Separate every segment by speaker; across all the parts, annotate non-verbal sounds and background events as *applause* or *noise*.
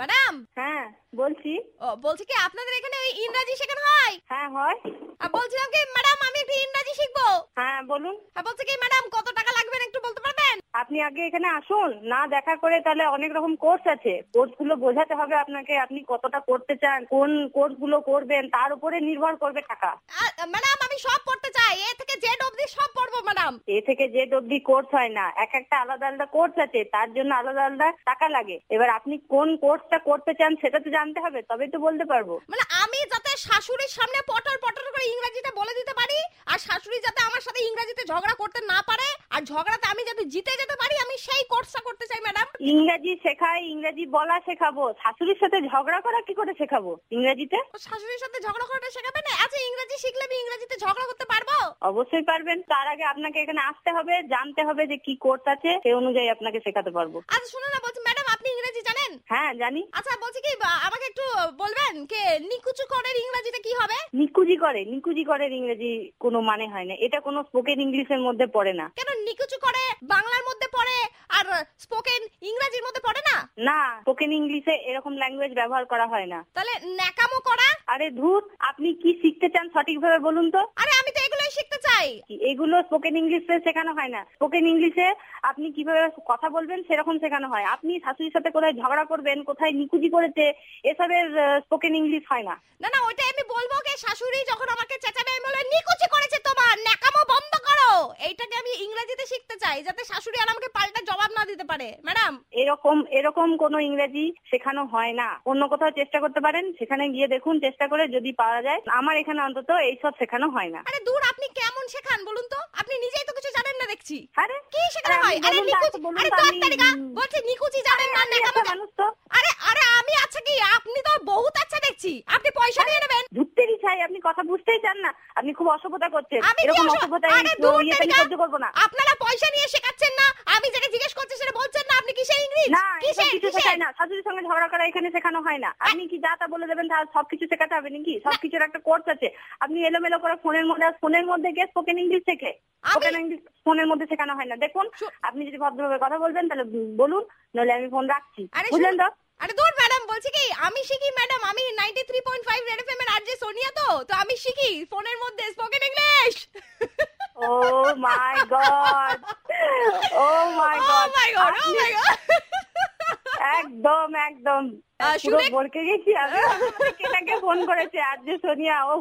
Speaker 1: Madam
Speaker 2: হ্যাঁ বলছি
Speaker 1: Uh, Oh, বলছি কি আপনাদের এখানে ওই ইংরাজি শেখানো হয়
Speaker 2: হ্যাঁ হয়
Speaker 1: আর বলছিলাম কি ম্যাডাম আমি একটু ইংরাজি শিখবো
Speaker 2: হ্যাঁ বলুন
Speaker 1: আর বলছি কি ম্যাডাম কত টাকা লাগবে না একটু বলতে পারবেন
Speaker 2: আপনি আগে এখানে আসুন না দেখা করে তাহলে অনেক রকম কোর্স আছে কোর্সগুলো বোঝাতে হবে আপনাকে আপনি কতটা করতে চান কোন কোর্সগুলো করবেন তার উপরে নির্ভর করবে টাকা
Speaker 1: আ- ম্যাডাম আমি সব পড়তে চাই এ থেকে জেড অবধি সব পড়বো ম্যাডাম
Speaker 2: এ থেকে যে অব্দি কোর্স হয় না এক একটা আলাদা আলাদা কোর্স আছে তার জন্য আলাদা আলাদা টাকা লাগে এবার আপনি কোন কোর্সটা করতে চান সেটা তো জানতে হবে তবেই তো বলতে পারবো
Speaker 1: মানে আমি যাতে শাশুড়ির সামনে পটর পটর করে ইংরেজিতে বলে দিতে পারি আর শাশুড়ি যাতে আমার সাথে ইংরেজিতে ঝগড়া করতে না পারে আর ঝগড়াতে আমি যাতে জিতে যেতে পারি আমি সেই কোর্সটা করতে চাই ম্যাডাম
Speaker 2: ইংরাজি শেখাই ইংরাজি বলা শেখাবো শাশুড়ির সাথে ঝগড়া করা কি করে শেখাবো ইংরাজিতে
Speaker 1: শাশুড়ির সাথে ঝগড়া করাটা শেখাবে না আচ্ছা ইংরেজি শিখলে আমি ইংরেজিতে ঝগড়া করতে পারবো
Speaker 2: অবশ্যই পারবেন তার আগে আপনাকে এখানে আসতে হবে জানতে হবে যে কি কোর্স আছে সে অনুযায়ী আপনাকে শেখাতে পারবো
Speaker 1: আচ্ছা শুনুন না বলছি ম্যাডাম আপনি ইংরেজি জানেন
Speaker 2: হ্যাঁ জানি
Speaker 1: আচ্ছা বলছি কি বা- আমাকে একটু বলবেন কে নিকুচু করের ইংরেজিতে কি হবে
Speaker 2: নিকুজি করে নিকুজি করে ইংরেজি কোনো মানে হয় না এটা কোনো স্পোকেন ইংলিশের মধ্যে পড়ে না
Speaker 1: কেন নিকুচু করে বাংলার মধ্যে পড়ে আর স্পোকেন ইংরেজির মধ্যে পড়ে না
Speaker 2: না স্পোকেন ইংলিশে এরকম ল্যাঙ্গুয়েজ ব্যবহার করা হয় না
Speaker 1: তাহলে ন্যাকামো করা
Speaker 2: আরে ধুর আপনি কি শিখতে চান সঠিকভাবে বলুন তো
Speaker 1: আরে আমি তো এগুলোই শিখতে চাই
Speaker 2: কি এগুলো স্পোকেন ইংলিশে শেখানো হয় না স্পোকেন ইংলিশে আপনি কিভাবে কথা বলবেন সেরকম শেখানো হয় আপনি শাশুড়ির সাথে কোথায় ঝগড়া করবেন কোথায় নিকুজি করেছে এসবের স্পোকেন ইংলিশ হয় না
Speaker 1: না না ওইটা আমি বলবো কে শাশুড়ি যখন আমাকে চেঁচাবে আমি বলবো নিকুচি করেছে তোমার ন্যাকামো বন্ধ করো এইটাকে আমি ইংরেজিতে শিখতে চাই যাতে শাশুড়ি আর আমাকে পাল্টা জবাব না দিতে পারে ম্যাডাম
Speaker 2: এরকম এরকম কোনো ইংরেজি শেখানো হয় না অন্য কোথাও চেষ্টা করতে পারেন সেখানে গিয়ে দেখুন চেষ্টা করে যদি পাওয়া যায় আমার এখানে অন্তত এইসব শেখানো হয় না
Speaker 1: আরে দূর আপনি কেমন শেখান বলুন তো আপনি নিজেই তো কিছু জানেন না দেখছি
Speaker 2: আরে
Speaker 1: কি শেখানো
Speaker 2: আরে
Speaker 1: হয়
Speaker 2: আমি
Speaker 1: আরে
Speaker 2: বলুন তো,
Speaker 1: নিকুচি
Speaker 2: বলুন
Speaker 1: আরে
Speaker 2: তো
Speaker 1: তোর
Speaker 2: আমি-
Speaker 1: তারিখা বলছে নিকুচি জানেন না
Speaker 2: আপনি
Speaker 1: ন্যাকামো
Speaker 2: একটা মানুষ তো
Speaker 1: আরে আরে আমি আচ্ছা কি আপনি তো বহুত আচ্ছা দেখছি আপনি পয়সা নিয়ে নেবেন
Speaker 2: ঢুকতেই চাই আপনি কথা বুঝতেই চান না আপনি খুব অসভ্যতা করছেন
Speaker 1: আমি কি
Speaker 2: এরকম
Speaker 1: অসভ্য-
Speaker 2: অসভ্যতা
Speaker 1: আরে দূর
Speaker 2: ইয়ে
Speaker 1: থেকে
Speaker 2: আমি সহ্য করবো না
Speaker 1: আপনারা পয়সা নিয়ে শেখাচ্ছেন না আমি যেটা জিজ্ঞেস করছি সেটা বলছেন না আপনি কিসের ইংরেজি
Speaker 2: না এসব
Speaker 1: কিসের
Speaker 2: কিছু
Speaker 1: কিসের
Speaker 2: শেখায় না শাশুড়ির সঙ্গে ঝগড়া করা এখানে শেখানো হয় না আপনি কি যা তা বলে দেবেন তা সবকিছু শেখাতে হবে নাকি সবকিছুর একটা কোর্স আছে আপনি এলোমেলো করে ফোনের মধ্যে আর ফোনের মধ্যে গিয়ে স্পোকেন ইংলিশ শেখে
Speaker 1: আমি-
Speaker 2: স্পোকেন ইংলিশ ফোনের মধ্যে শেখানো হয় না দেখুন
Speaker 1: শু-
Speaker 2: আপনি যদি ভদ্রভাবে কথা বলবেন তাহলে বলুন নইলে আমি ফোন রাখছি
Speaker 1: আরে
Speaker 2: বুঝলেন
Speaker 1: শুনুন-
Speaker 2: তো
Speaker 1: আরে দূর ম্যাডাম বলছি কি আমি শিখি ম্যাডাম আমি 93.5 রেড এফএম এর আরজে সোনিয়া তো তো আমি শিখি ফোনের মধ্যে spoken English
Speaker 2: oh my god oh my
Speaker 1: oh
Speaker 2: god
Speaker 1: my god oh my god
Speaker 2: একদম একদম
Speaker 1: আহ,
Speaker 2: পুরো
Speaker 1: শুনে-
Speaker 2: বলকে গেছি আমি কেনাকে ফোন করেছে আর যে সোনিয়া ও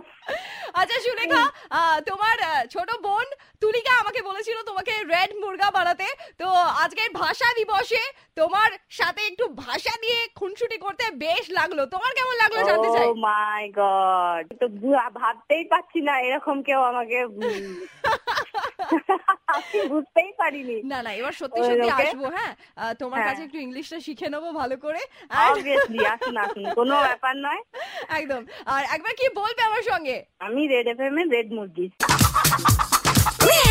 Speaker 1: আচ্ছা সুলেখা আহ, তোমার আহ, ছোট বোন তুলিকা আমাকে বলেছিল তোমাকে রেড মুরগা বানাতে তো আজকের ভাষা দিবসে তোমার সাথে একটু ভাষা দিয়ে খুনসুটি করতে বেশ লাগলো তোমার কেমন লাগলো জানতে চাই
Speaker 2: ও মাই গড তো ভু- ভাবতেই পারছি না এরকম কেউ আমাকে
Speaker 1: *laughs*
Speaker 2: উম, আমি বুঝতেই পারিনি
Speaker 1: না না এবার সত্যি
Speaker 2: ওই
Speaker 1: সত্যি
Speaker 2: লোকে?
Speaker 1: আসবো হ্যাঁ আহ, তোমার
Speaker 2: হ্যাঁ।
Speaker 1: কাছে একটু ইংলিশটা শিখে নেবো ভালো করে আর
Speaker 2: অবভিয়াসলি আসুন আসুন কোনো ব্যাপার নয়
Speaker 1: একদম আর একবার কি বলবে আমার সঙ্গে
Speaker 2: আমি রেড এফএম এর রেড মুরগি
Speaker 1: রেড